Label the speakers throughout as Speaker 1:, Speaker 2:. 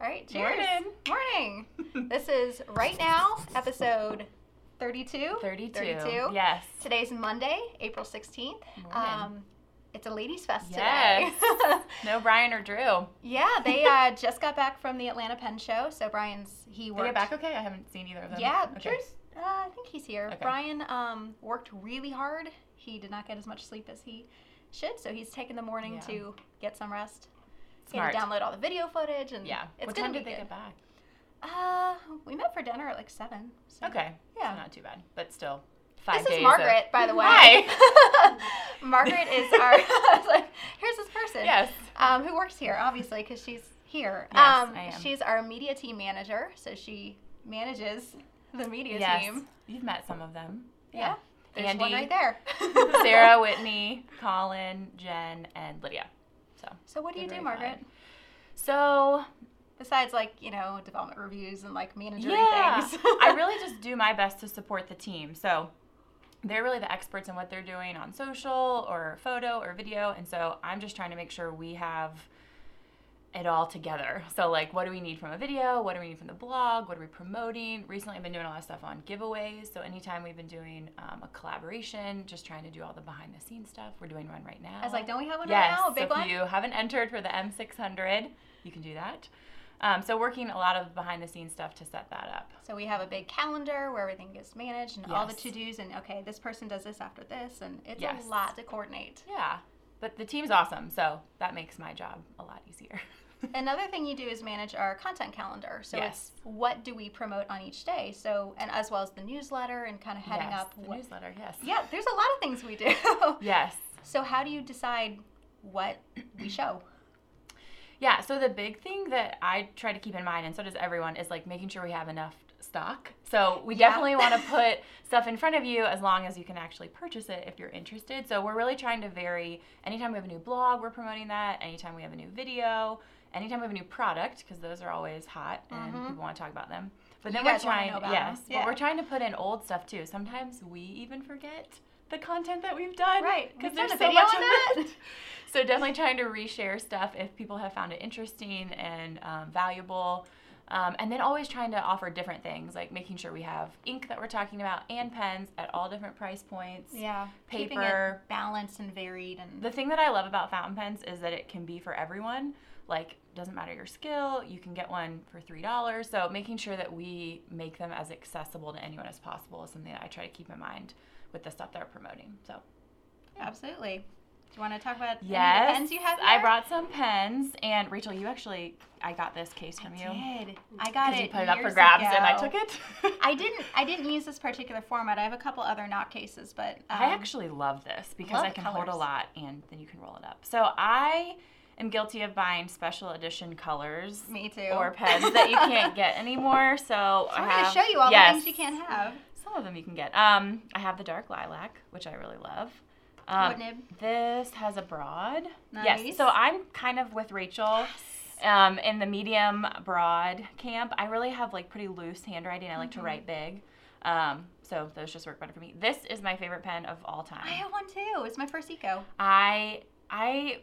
Speaker 1: All right, cheers. Morning. this is Right Now, episode 32.
Speaker 2: 32.
Speaker 1: 32.
Speaker 2: Yes.
Speaker 1: Today's Monday, April 16th.
Speaker 2: Morning.
Speaker 1: Um, it's a ladies' fest today.
Speaker 2: Yes. no Brian or Drew.
Speaker 1: yeah, they uh, just got back from the Atlanta Pen Show. So Brian's, he
Speaker 2: Were
Speaker 1: worked.
Speaker 2: they back okay? I haven't seen either of them.
Speaker 1: Yeah,
Speaker 2: Okay.
Speaker 1: Drew's, uh, I think he's here.
Speaker 2: Okay.
Speaker 1: Brian um, worked really hard. He did not get as much sleep as he should, so he's taken the morning
Speaker 2: Yeah.
Speaker 1: to get some rest. He had
Speaker 2: Smart.
Speaker 1: to download all the video footage and
Speaker 2: Yeah.
Speaker 1: it's
Speaker 2: what
Speaker 1: gonna
Speaker 2: time
Speaker 1: be
Speaker 2: did they
Speaker 1: good.
Speaker 2: get back?
Speaker 1: Uh, we met for dinner at like seven. So.
Speaker 2: Okay.
Speaker 1: Yeah.
Speaker 2: So not too bad, but still. Five
Speaker 1: this
Speaker 2: days.
Speaker 1: is
Speaker 2: of-
Speaker 1: Margaret, by the way.
Speaker 2: Hi.
Speaker 1: Margaret is our. I was like, here's this person.
Speaker 2: yes.
Speaker 1: Um, who works here, obviously, because she's here.
Speaker 2: Yes,
Speaker 1: um,
Speaker 2: I am.
Speaker 1: She's our media team manager, so she manages the media
Speaker 2: yes.
Speaker 1: team.
Speaker 2: You've met some of them.
Speaker 1: Yeah. There's
Speaker 2: Andy,
Speaker 1: one right there.
Speaker 2: Sarah, Whitney, Colin, Jen, and Lydia. So.
Speaker 1: So what do you
Speaker 2: they're
Speaker 1: do,
Speaker 2: very
Speaker 1: Margaret?
Speaker 2: fun. So
Speaker 1: Besides like, you know, development reviews and like manager things.
Speaker 2: I really just do my best to support the team. So they're really the experts in what they're doing on social or photo or video. And so I'm just trying to make sure we have it all together. So, like, what do we need from a video? What do we need from the blog? What are we promoting? Recently, I've been doing a lot of stuff on giveaways. So, anytime we've been doing um, a collaboration, just trying to do all the behind the scenes stuff, we're doing one right now.
Speaker 1: I was like, don't we have one
Speaker 2: Yes,
Speaker 1: right now? A
Speaker 2: so
Speaker 1: big
Speaker 2: if
Speaker 1: one?
Speaker 2: you haven't entered for the M600, you can do that. Um, so working a lot of behind the scenes stuff to set that up.
Speaker 1: So we have a big calendar where everything gets managed and all the
Speaker 2: Yes.
Speaker 1: to-dos and okay, this person does this after this and it's
Speaker 2: Yes.
Speaker 1: a lot to coordinate.
Speaker 2: Yeah, but the team's awesome, so that makes my job a lot easier.
Speaker 1: Another thing you do is manage our content calendar. So
Speaker 2: Yes.
Speaker 1: it's what do we promote on each day? So and as well as the newsletter and kind of heading
Speaker 2: yes,
Speaker 1: up
Speaker 2: the
Speaker 1: what
Speaker 2: newsletter. Yes.
Speaker 1: Yeah, there's a lot of things we do.
Speaker 2: Yes.
Speaker 1: so how do you decide what we show?
Speaker 2: Yeah. So the big thing that I try to keep in mind, and so does everyone, is like making sure we have enough stock. So we
Speaker 1: Yeah.
Speaker 2: definitely want to put stuff in front of you as long as you can actually purchase it if you're interested. So we're really trying to vary. Anytime we have a new blog, we're promoting that. Anytime we have a new video. Anytime we have a new product, because those are always hot and people want to talk about them. But
Speaker 1: Mm-hmm. You
Speaker 2: then
Speaker 1: guys
Speaker 2: we're
Speaker 1: wanna
Speaker 2: trying,
Speaker 1: know about
Speaker 2: yes,
Speaker 1: them.
Speaker 2: but
Speaker 1: Yeah.
Speaker 2: we're trying to put in old stuff too. Sometimes we even forget the content that we've done,
Speaker 1: Right.
Speaker 2: Because
Speaker 1: We've done
Speaker 2: there's
Speaker 1: a
Speaker 2: so
Speaker 1: video
Speaker 2: much
Speaker 1: on
Speaker 2: of
Speaker 1: that.
Speaker 2: it. So definitely trying to reshare stuff if people have found it interesting and um, valuable. Um, and then always trying to offer different things, like making sure we have ink that we're talking about and pens at all different price points.
Speaker 1: Yeah. Keeping
Speaker 2: Paper.
Speaker 1: it balanced and varied and
Speaker 2: The thing that I love about fountain pens is that it can be for everyone. Like, doesn't matter your skill, you can get one for $3. So making sure that we make them as accessible to anyone as possible is something that I try to keep in mind with the stuff that we're promoting. So
Speaker 1: Absolutely. Do you want to talk about any of
Speaker 2: Yes.
Speaker 1: the pens you have?
Speaker 2: I
Speaker 1: here?
Speaker 2: brought some pens, and Rachel, you actually, I got this case from you.
Speaker 1: I did. I got it.
Speaker 2: you put it up for
Speaker 1: years
Speaker 2: grabs, and I
Speaker 1: ago.
Speaker 2: took it.
Speaker 1: I didn't. I didn't use this particular format. I have a couple other knot cases, but um,
Speaker 2: I actually love this because
Speaker 1: love
Speaker 2: I
Speaker 1: the
Speaker 2: can hold a
Speaker 1: colors.
Speaker 2: lot, and then you can roll it up. So I am guilty of buying special edition colors
Speaker 1: me too.
Speaker 2: or pens that you can't get anymore. So I
Speaker 1: I'm going
Speaker 2: have,
Speaker 1: to show you all
Speaker 2: yes,
Speaker 1: the things you can't have.
Speaker 2: Some of them you can get. Um, I have the dark lilac, which I really love. Um,
Speaker 1: What nib?
Speaker 2: This has a broad.
Speaker 1: Nice.
Speaker 2: Yes. So I'm kind of with Rachel. Um, in the medium broad camp, I really have like pretty loose handwriting. I like
Speaker 1: Mm-hmm.
Speaker 2: to write big. Um, so those just work better for me. This is my favorite pen of all time.
Speaker 1: I have one too. It's my first eco.
Speaker 2: I I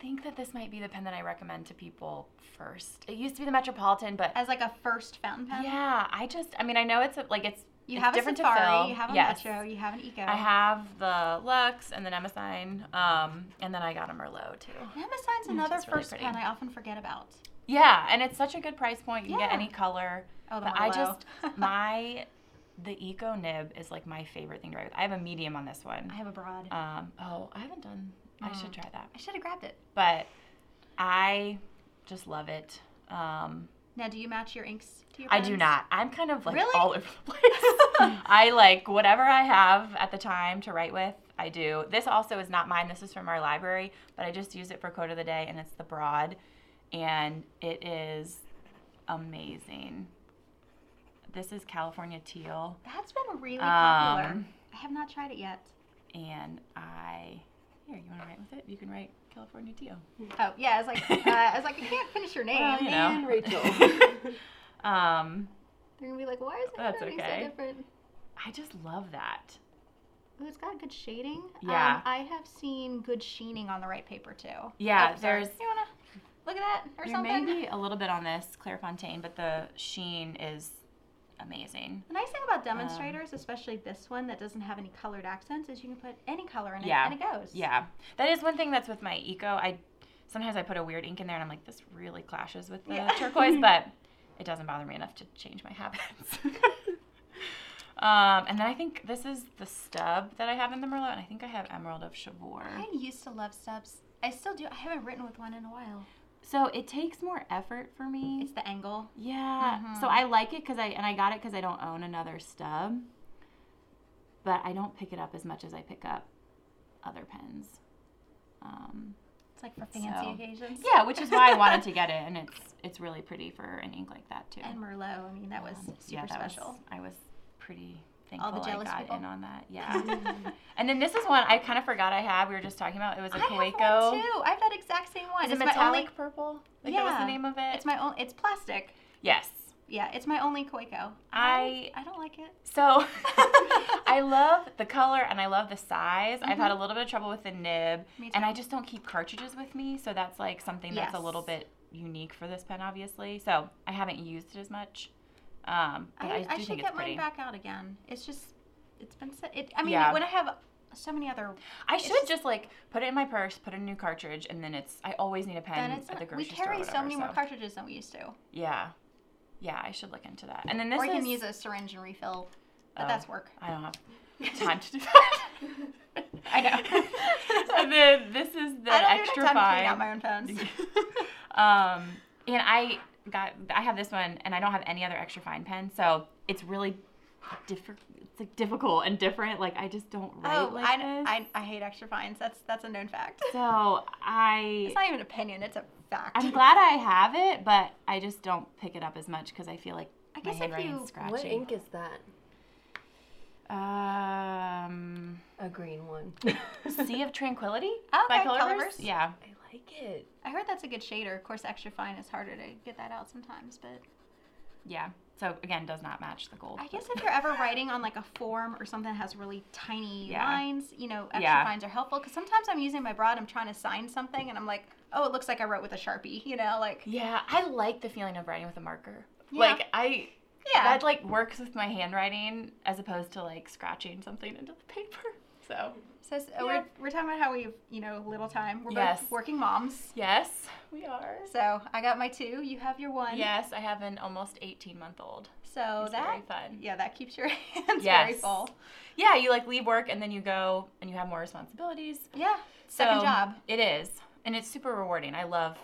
Speaker 2: think that this might be the pen that I recommend to people first. It used to be the Metropolitan, but
Speaker 1: As like a first fountain pen.
Speaker 2: yeah, I just I mean I know it's a, like it's
Speaker 1: You
Speaker 2: it's
Speaker 1: have a
Speaker 2: different to
Speaker 1: Safari.
Speaker 2: fill.
Speaker 1: You have a
Speaker 2: Yes.
Speaker 1: Metro. You have an eco.
Speaker 2: I have the Lux and then Emmeline, um, and then I got a Merlot too.
Speaker 1: Amazon's another
Speaker 2: is Mm, really
Speaker 1: first
Speaker 2: pretty.
Speaker 1: pen I often forget about.
Speaker 2: Yeah, and it's such a good price point. You can
Speaker 1: Yeah.
Speaker 2: get any color.
Speaker 1: Oh, the
Speaker 2: but I
Speaker 1: Merlot.
Speaker 2: just my the eco nib is like my favorite thing to write with. I have a medium on this one.
Speaker 1: I Mm. have a broad.
Speaker 2: Um, oh, I haven't done. I should try that.
Speaker 1: I should have grabbed it.
Speaker 2: But I just love it. Um,
Speaker 1: Now, do you match your inks to your?
Speaker 2: I do
Speaker 1: pens?
Speaker 2: not. I'm kind of like
Speaker 1: Really?
Speaker 2: all over the place. I like whatever I have at the time to write with. I do. This also is not mine. This is from our library, but I just use it for quote of the day, and it's the broad, and it is amazing. This is California teal,
Speaker 1: That's been really popular.
Speaker 2: Um,
Speaker 1: I have not tried it yet.
Speaker 2: and I here. You want to write with it? You can write California teal.
Speaker 1: Oh yeah, I was like, uh, I was like, I can't finish your name.
Speaker 2: Well, you know.
Speaker 3: and Rachel.
Speaker 2: Um,
Speaker 1: They're gonna be like, why is
Speaker 2: That's
Speaker 1: everybody
Speaker 2: okay.
Speaker 1: so different?
Speaker 2: I just love that.
Speaker 1: Ooh, it's got good shading.
Speaker 2: Yeah.
Speaker 1: Um, I have seen good sheening on the right paper too.
Speaker 2: Yeah,
Speaker 1: sorry.
Speaker 2: there's-
Speaker 1: You wanna? Look at that or
Speaker 2: There may
Speaker 1: something.
Speaker 2: be a little bit on this Claire Fontaine, but the sheen is amazing.
Speaker 1: The nice thing
Speaker 2: Um,
Speaker 1: about demonstrators, especially this one that doesn't have any colored accents, is you can put any color in it
Speaker 2: Yeah.
Speaker 1: and it goes.
Speaker 2: Yeah, that is one thing that's with my eco. I sometimes I put a weird ink in there, and I'm like, this really clashes with the
Speaker 1: Yeah.
Speaker 2: turquoise, but it doesn't bother me enough to change my habits. um, and then I think this is the stub that I have in the merlot, and I think I have emerald of Chabor.
Speaker 1: I used to love stubs. I still do. I haven't written with one in a while.
Speaker 2: So it takes more effort for me.
Speaker 1: It's Mm-hmm. the angle.
Speaker 2: Yeah. So I like it because I and I got it because I don't own another stub, but I don't pick it up as much as I pick up other pens. Um,
Speaker 1: It's like for fancy
Speaker 2: So-
Speaker 1: occasions.
Speaker 2: yeah, which is why I wanted to get it, and it's it's really pretty for an ink like that too.
Speaker 1: And Merlot. I mean, that was
Speaker 2: Um,
Speaker 1: super
Speaker 2: yeah, that was-
Speaker 1: special.
Speaker 2: I was pretty
Speaker 1: All
Speaker 2: thankful
Speaker 1: the jealous
Speaker 2: I got
Speaker 1: people.
Speaker 2: in on that. Yeah. and then this is one I kind of forgot I had. We were just talking about. It was a
Speaker 1: I have one
Speaker 2: Coeco.
Speaker 1: too. I have that exact same one.
Speaker 2: Is it
Speaker 1: It's my
Speaker 2: metallic
Speaker 1: only-
Speaker 2: purple? Like that was
Speaker 1: Yeah.
Speaker 2: the name of it.
Speaker 1: It's my own. It's plastic.
Speaker 2: yes.
Speaker 1: Yeah, it's my only Koiko.
Speaker 2: I-
Speaker 1: I don't like it.
Speaker 2: So I love the color and I love the size. I've had a little bit of trouble with the nib,
Speaker 1: Me
Speaker 2: and
Speaker 1: too.
Speaker 2: I just don't keep cartridges with me, so that's like something that's a little
Speaker 1: Yes.
Speaker 2: bit unique for this pen, obviously. So I haven't used it as much, um, but I,
Speaker 1: I,
Speaker 2: do
Speaker 1: I, should
Speaker 2: think
Speaker 1: get mine
Speaker 2: it's pretty.
Speaker 1: back out again. It's just, it's been. So, it, I mean,
Speaker 2: Yeah.
Speaker 1: when I have so many other,
Speaker 2: I
Speaker 1: it's
Speaker 2: should just,
Speaker 1: just-
Speaker 2: like put it in my purse, put a new cartridge, and then it's. I always need a pen
Speaker 1: then it's
Speaker 2: at the
Speaker 1: not- we
Speaker 2: grocery store. or
Speaker 1: carry so
Speaker 2: whatever,
Speaker 1: many more cartridges than we used to.
Speaker 2: Yeah, yeah, I should look into that. And then this
Speaker 1: or you
Speaker 2: is.
Speaker 1: can use a syringe and refill, but
Speaker 2: Oh.
Speaker 1: that's work.
Speaker 2: I don't have time to do that.
Speaker 1: I know.
Speaker 2: and then this is the
Speaker 1: I don't even
Speaker 2: extra
Speaker 1: have time to
Speaker 2: fine.
Speaker 1: clean out my own phones.
Speaker 2: um, and I got I have this one, and I don't have any other extra fine pen, so it's really different. It's like difficult and different. Like I just don't write
Speaker 1: oh,
Speaker 2: like
Speaker 1: I,
Speaker 2: this.
Speaker 1: I, I hate extra fines. That's that's a known fact.
Speaker 2: so I
Speaker 1: It's not even an opinion. It's a fact.
Speaker 2: I'm glad I have it, but I just don't pick it up as much because I feel like
Speaker 1: I guess if
Speaker 2: my handwriting's
Speaker 1: you-
Speaker 2: scratchy.
Speaker 3: What ink is that?
Speaker 2: Um,
Speaker 3: A green one.
Speaker 2: Sea of Tranquility
Speaker 1: Okay,
Speaker 2: by Colorverse.
Speaker 1: Colorverse.
Speaker 2: Yeah.
Speaker 3: I like it.
Speaker 1: I heard that's a good shader. Of course, extra fine is harder to get that out sometimes, but
Speaker 2: Yeah. So again, does not match the gold.
Speaker 1: I guess if you're ever writing on like a form or something that has really tiny
Speaker 2: Yeah.
Speaker 1: lines, you know, extra
Speaker 2: Yeah.
Speaker 1: fines are helpful. Because sometimes I'm using my broad, I'm trying to sign something, and I'm like, oh, it looks like I wrote with a sharpie, you know, like
Speaker 2: Yeah, I like the feeling of writing with a marker.
Speaker 1: Yeah.
Speaker 2: Like I
Speaker 1: yeah.
Speaker 2: that like works with my handwriting as opposed to like scratching something into the paper. So
Speaker 1: so s- we're we're talking about how we've you know little time. We're
Speaker 2: Yes.
Speaker 1: both working moms,
Speaker 2: yes, we are.
Speaker 1: so I got my two, you have your one.
Speaker 2: Yes, I have an almost 18 month old.
Speaker 1: So
Speaker 2: It's
Speaker 1: that
Speaker 2: very fun.
Speaker 1: yeah, that keeps your hands very
Speaker 2: Yes.
Speaker 1: full.
Speaker 2: Yeah, you like leave work and then you go and you have more responsibilities.
Speaker 1: Yeah. Second
Speaker 2: So,
Speaker 1: job.
Speaker 2: It is, and it's super rewarding. I love,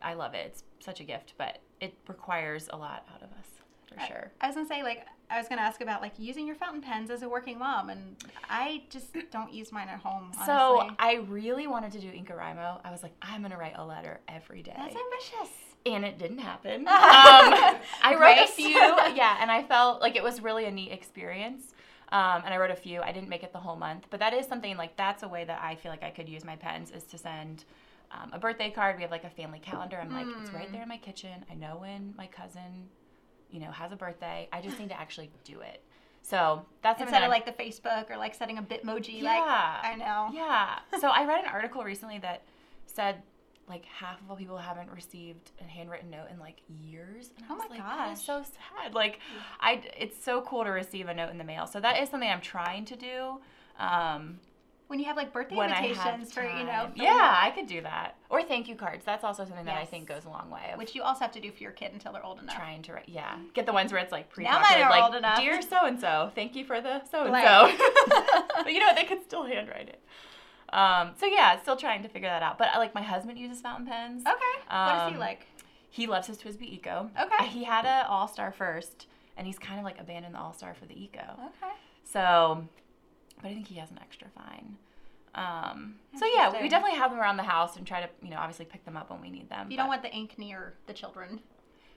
Speaker 2: I love it. It's such a gift, but it requires a lot out of us for
Speaker 1: I-
Speaker 2: sure.
Speaker 1: I was gonna say like I was gonna ask about like using your fountain pens as a working mom, and I just don't use mine at home. Honestly.
Speaker 2: So I really wanted to do Inkarimo. I was like, I'm gonna write a letter every day.
Speaker 1: that's ambitious.
Speaker 2: and it didn't happen. Um, I wrote a
Speaker 1: Grace.
Speaker 2: few, yeah, and I felt like it was really a neat experience. Um, and I wrote a few. I didn't make it the whole month, but that is something like that's a way that I feel like I could use my pens is to send um, a birthday card. We have like a family calendar. I'm like, it's right there in my kitchen. I know when my cousin, you know, has a birthday. I just need to actually do it. So that's something
Speaker 1: instead
Speaker 2: that
Speaker 1: of
Speaker 2: I'm-
Speaker 1: like the Facebook or like setting a Bitmoji. Like
Speaker 2: Yeah.
Speaker 1: I know.
Speaker 2: Yeah. So I read an article recently that said like half of all people haven't received a handwritten note in like years. And I
Speaker 1: Oh
Speaker 2: was
Speaker 1: my
Speaker 2: like, that is
Speaker 1: gosh.
Speaker 2: so sad. Like I it's so cool to receive a note in the mail. So that is something I'm trying to do. Um
Speaker 1: When you have like birthday
Speaker 2: when I have
Speaker 1: invitations for you know.
Speaker 2: time.
Speaker 1: filling
Speaker 2: Yeah, I could do that. Or thank you cards. That's also something that I
Speaker 1: Yes.
Speaker 2: think goes a long way
Speaker 1: out,
Speaker 2: of
Speaker 1: Which you also have to do for your kid until they're old enough.
Speaker 2: trying to write yeah. Get the ones where it's like pre
Speaker 1: mine are
Speaker 2: like
Speaker 1: old enough.
Speaker 2: dear so and so, thank you for the so and
Speaker 1: Blank.
Speaker 2: so. But you know what? They could still handwrite it. Um, so yeah, still trying to figure that out. But uh, like my husband uses fountain pens.
Speaker 1: Okay. what is he
Speaker 2: Um,
Speaker 1: like?
Speaker 2: He loves his Twisby Eco.
Speaker 1: Okay.
Speaker 2: Uh, He had a All Star first, and he's kind of like abandoned the All Star for the Eco.
Speaker 1: Okay.
Speaker 2: So, but I think he has an extra fine. Um, so yeah, we
Speaker 1: Interesting.
Speaker 2: definitely have them around the house and try to you know obviously pick them up when we need them.
Speaker 1: You don't
Speaker 2: but-
Speaker 1: want the ink near the children.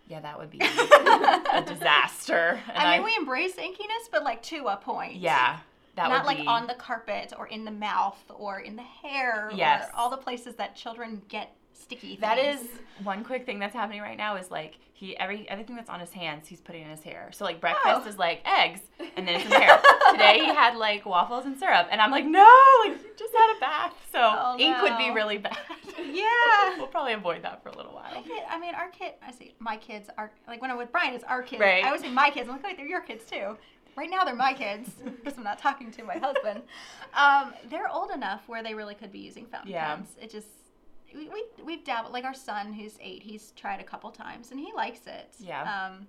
Speaker 2: Yeah, that would be a disaster. And
Speaker 1: I mean, we embrace inkiness, but like to a point.
Speaker 2: yeah, that
Speaker 1: Not
Speaker 2: would
Speaker 1: like
Speaker 2: be,
Speaker 1: on the carpet or in the mouth or in the hair
Speaker 2: Yes.
Speaker 1: or all the places that children get sticky.
Speaker 2: That is
Speaker 1: things.
Speaker 2: one quick thing that's happening right now is like he every everything that's on his hands he's putting in his hair. So like breakfast
Speaker 1: Oh.
Speaker 2: is like eggs and then it's his hair. Today he had like waffles and syrup and I'm like no like you just had a bath so
Speaker 1: Oh,
Speaker 2: ink would be
Speaker 1: no.
Speaker 2: really bad.
Speaker 1: Yeah.
Speaker 2: we'll probably avoid that for a little
Speaker 1: My
Speaker 2: while.
Speaker 1: kid, I mean, our kid. I say my kids are like when I'm with Brian, it's our kids.
Speaker 2: Right.
Speaker 1: I always say my kids. I'm like, wait, they're your kids too. Right now, they're my kids because I'm not talking to my husband. Um, they're old enough where they really could be using fountain
Speaker 2: Yeah.
Speaker 1: pens. It just we, we we've dabbled. Like our son, who's eight, he's tried a couple times and he likes it.
Speaker 2: Yeah.
Speaker 1: Um,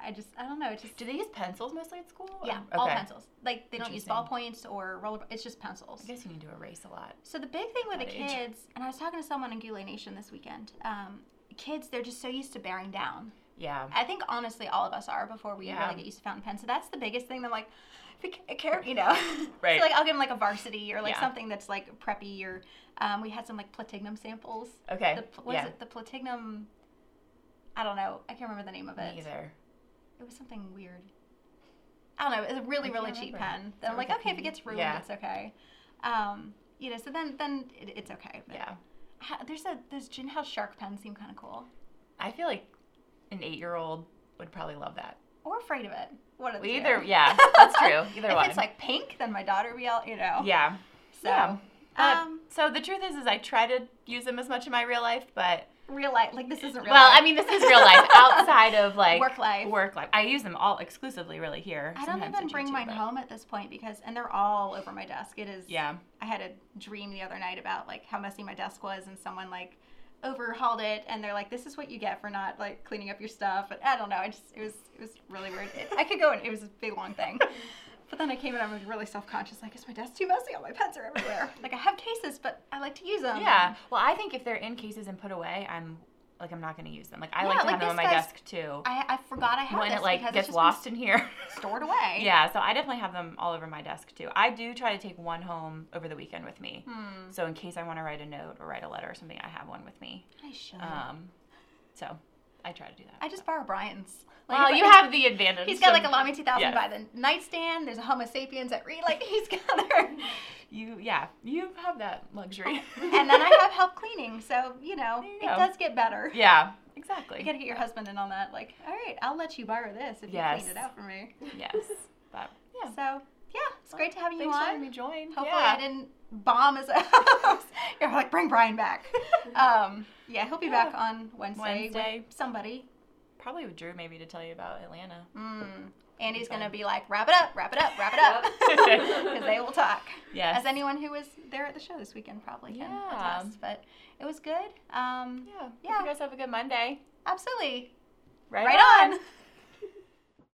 Speaker 1: I just I don't know. It just
Speaker 2: Do they use pencils mostly at school?
Speaker 1: yeah,
Speaker 2: Okay.
Speaker 1: all pencils. Like they don't use
Speaker 2: Interesting.
Speaker 1: ballpoints or roller. It's just pencils.
Speaker 2: I guess you need to erase a lot.
Speaker 1: So the big thing with the
Speaker 2: That age.
Speaker 1: kids, and I was talking to someone in Goulet Nation this weekend. Um, kids, they're just so used to bearing down.
Speaker 2: Yeah.
Speaker 1: I think honestly, all of us are before we
Speaker 2: Yeah.
Speaker 1: really get used to fountain pen. So that's the biggest thing. That I'm like, if you care, you know.
Speaker 2: Right.
Speaker 1: so like I'll give them like a varsity or like
Speaker 2: Yeah.
Speaker 1: something that's like preppy or um, we had some like platignum samples.
Speaker 2: Okay.
Speaker 1: The, pl- what is
Speaker 2: yeah.
Speaker 1: it? The platignum. I don't know. I can't remember the name of it.
Speaker 2: Me either.
Speaker 1: It was something weird. I don't know. It was a really,
Speaker 2: can't
Speaker 1: really cheap
Speaker 2: remember.
Speaker 1: pen.
Speaker 2: Is
Speaker 1: That
Speaker 2: it
Speaker 1: I'm like,
Speaker 2: like a
Speaker 1: okay, if it
Speaker 2: pink?
Speaker 1: gets ruined,
Speaker 2: Yeah.
Speaker 1: it's okay. Um, you know, so then then it, it's okay. But
Speaker 2: Yeah.
Speaker 1: ha- there's a those gin house shark pens seem kind of cool.
Speaker 2: I feel like an eight year old would probably love that.
Speaker 1: Or afraid of it. One of the
Speaker 2: We
Speaker 1: two.
Speaker 2: either- yeah, that's true. Either
Speaker 1: if
Speaker 2: one.
Speaker 1: it's like pink, then my daughter will be all you know.
Speaker 2: Yeah.
Speaker 1: So
Speaker 2: Yeah. Uh,
Speaker 1: um
Speaker 2: so the truth is, is I try to use them as much in my real life, but
Speaker 1: real life like this isn't real
Speaker 2: well,
Speaker 1: life.
Speaker 2: I mean, this is real life outside of like
Speaker 1: Work life.
Speaker 2: Work life. I use them all exclusively, really here.
Speaker 1: I don't
Speaker 2: Sometimes
Speaker 1: even
Speaker 2: do
Speaker 1: bring
Speaker 2: too,
Speaker 1: mine
Speaker 2: but-
Speaker 1: home at this point because and they're all over my desk. It is
Speaker 2: Yeah.
Speaker 1: I had a dream the other night about like how messy my desk was, and someone like overhauled it, and they're like, "This is what you get for not like cleaning up your stuff." But I don't know. I just it was it was really weird. It, I could go and it was a big long thing. But then I came in, I was really self conscious. Like, is my desk too messy? All my pens are everywhere. like, I have cases, but I like to use them.
Speaker 2: Yeah. Well, I think if they're in cases and put away, I'm like I'm not going to use them. Like I
Speaker 1: Yeah,
Speaker 2: like to
Speaker 1: like
Speaker 2: have them on
Speaker 1: this
Speaker 2: my
Speaker 1: guy's-
Speaker 2: desk too.
Speaker 1: I, I forgot I had
Speaker 2: when
Speaker 1: this
Speaker 2: it like
Speaker 1: because
Speaker 2: gets
Speaker 1: it's just
Speaker 2: lost in here.
Speaker 1: been stored away.
Speaker 2: Yeah, so I definitely have them all over my desk too. I do try to take one home over the weekend with me.
Speaker 1: Hmm.
Speaker 2: So in case I want to write a note or write a letter or something, I have one with me.
Speaker 1: I should.
Speaker 2: Um, so I try to do that.
Speaker 1: I just borrow Brian's.
Speaker 2: Well,
Speaker 1: if
Speaker 2: you
Speaker 1: I-
Speaker 2: have the advantage.
Speaker 1: He's got like a
Speaker 2: of-
Speaker 1: Lamy 2000
Speaker 2: Yes.
Speaker 1: by the nightstand. There's a Homo sapiens at Reed. Like, he's got there.
Speaker 2: You yeah, you have that luxury.
Speaker 1: Oh, and then I have help cleaning, so you know
Speaker 2: There you
Speaker 1: it
Speaker 2: go.
Speaker 1: does get better.
Speaker 2: yeah,
Speaker 1: You
Speaker 2: exactly.
Speaker 1: gotta get your husband in on that. Like, all right, I'll let you borrow this if you
Speaker 2: Yes.
Speaker 1: clean it out for me.
Speaker 2: yes, but yeah.
Speaker 1: So yeah, it's great to have you
Speaker 2: Thanks for letting
Speaker 1: on.
Speaker 2: me join.
Speaker 1: Hopefully,
Speaker 2: yeah.
Speaker 1: I didn't bomb his house. You're like, bring Brian back. um, yeah, he'll be back
Speaker 2: Yeah.
Speaker 1: on Wednesday.
Speaker 2: Wednesday.
Speaker 1: With somebody.
Speaker 2: Probably with Drew maybe to tell you about Atlanta.
Speaker 1: Mm. Andy's gonna
Speaker 2: fun.
Speaker 1: be like, wrap it up, wrap it up, wrap it up,
Speaker 2: Yep.
Speaker 1: because they will talk.
Speaker 2: Yes.
Speaker 1: As anyone who was there at the show this weekend probably can
Speaker 2: Yeah.
Speaker 1: attest. But it was good. Um,
Speaker 2: yeah. Hope
Speaker 1: Yeah.
Speaker 2: You guys have a good Monday.
Speaker 1: Absolutely.
Speaker 2: Right,
Speaker 1: Right on.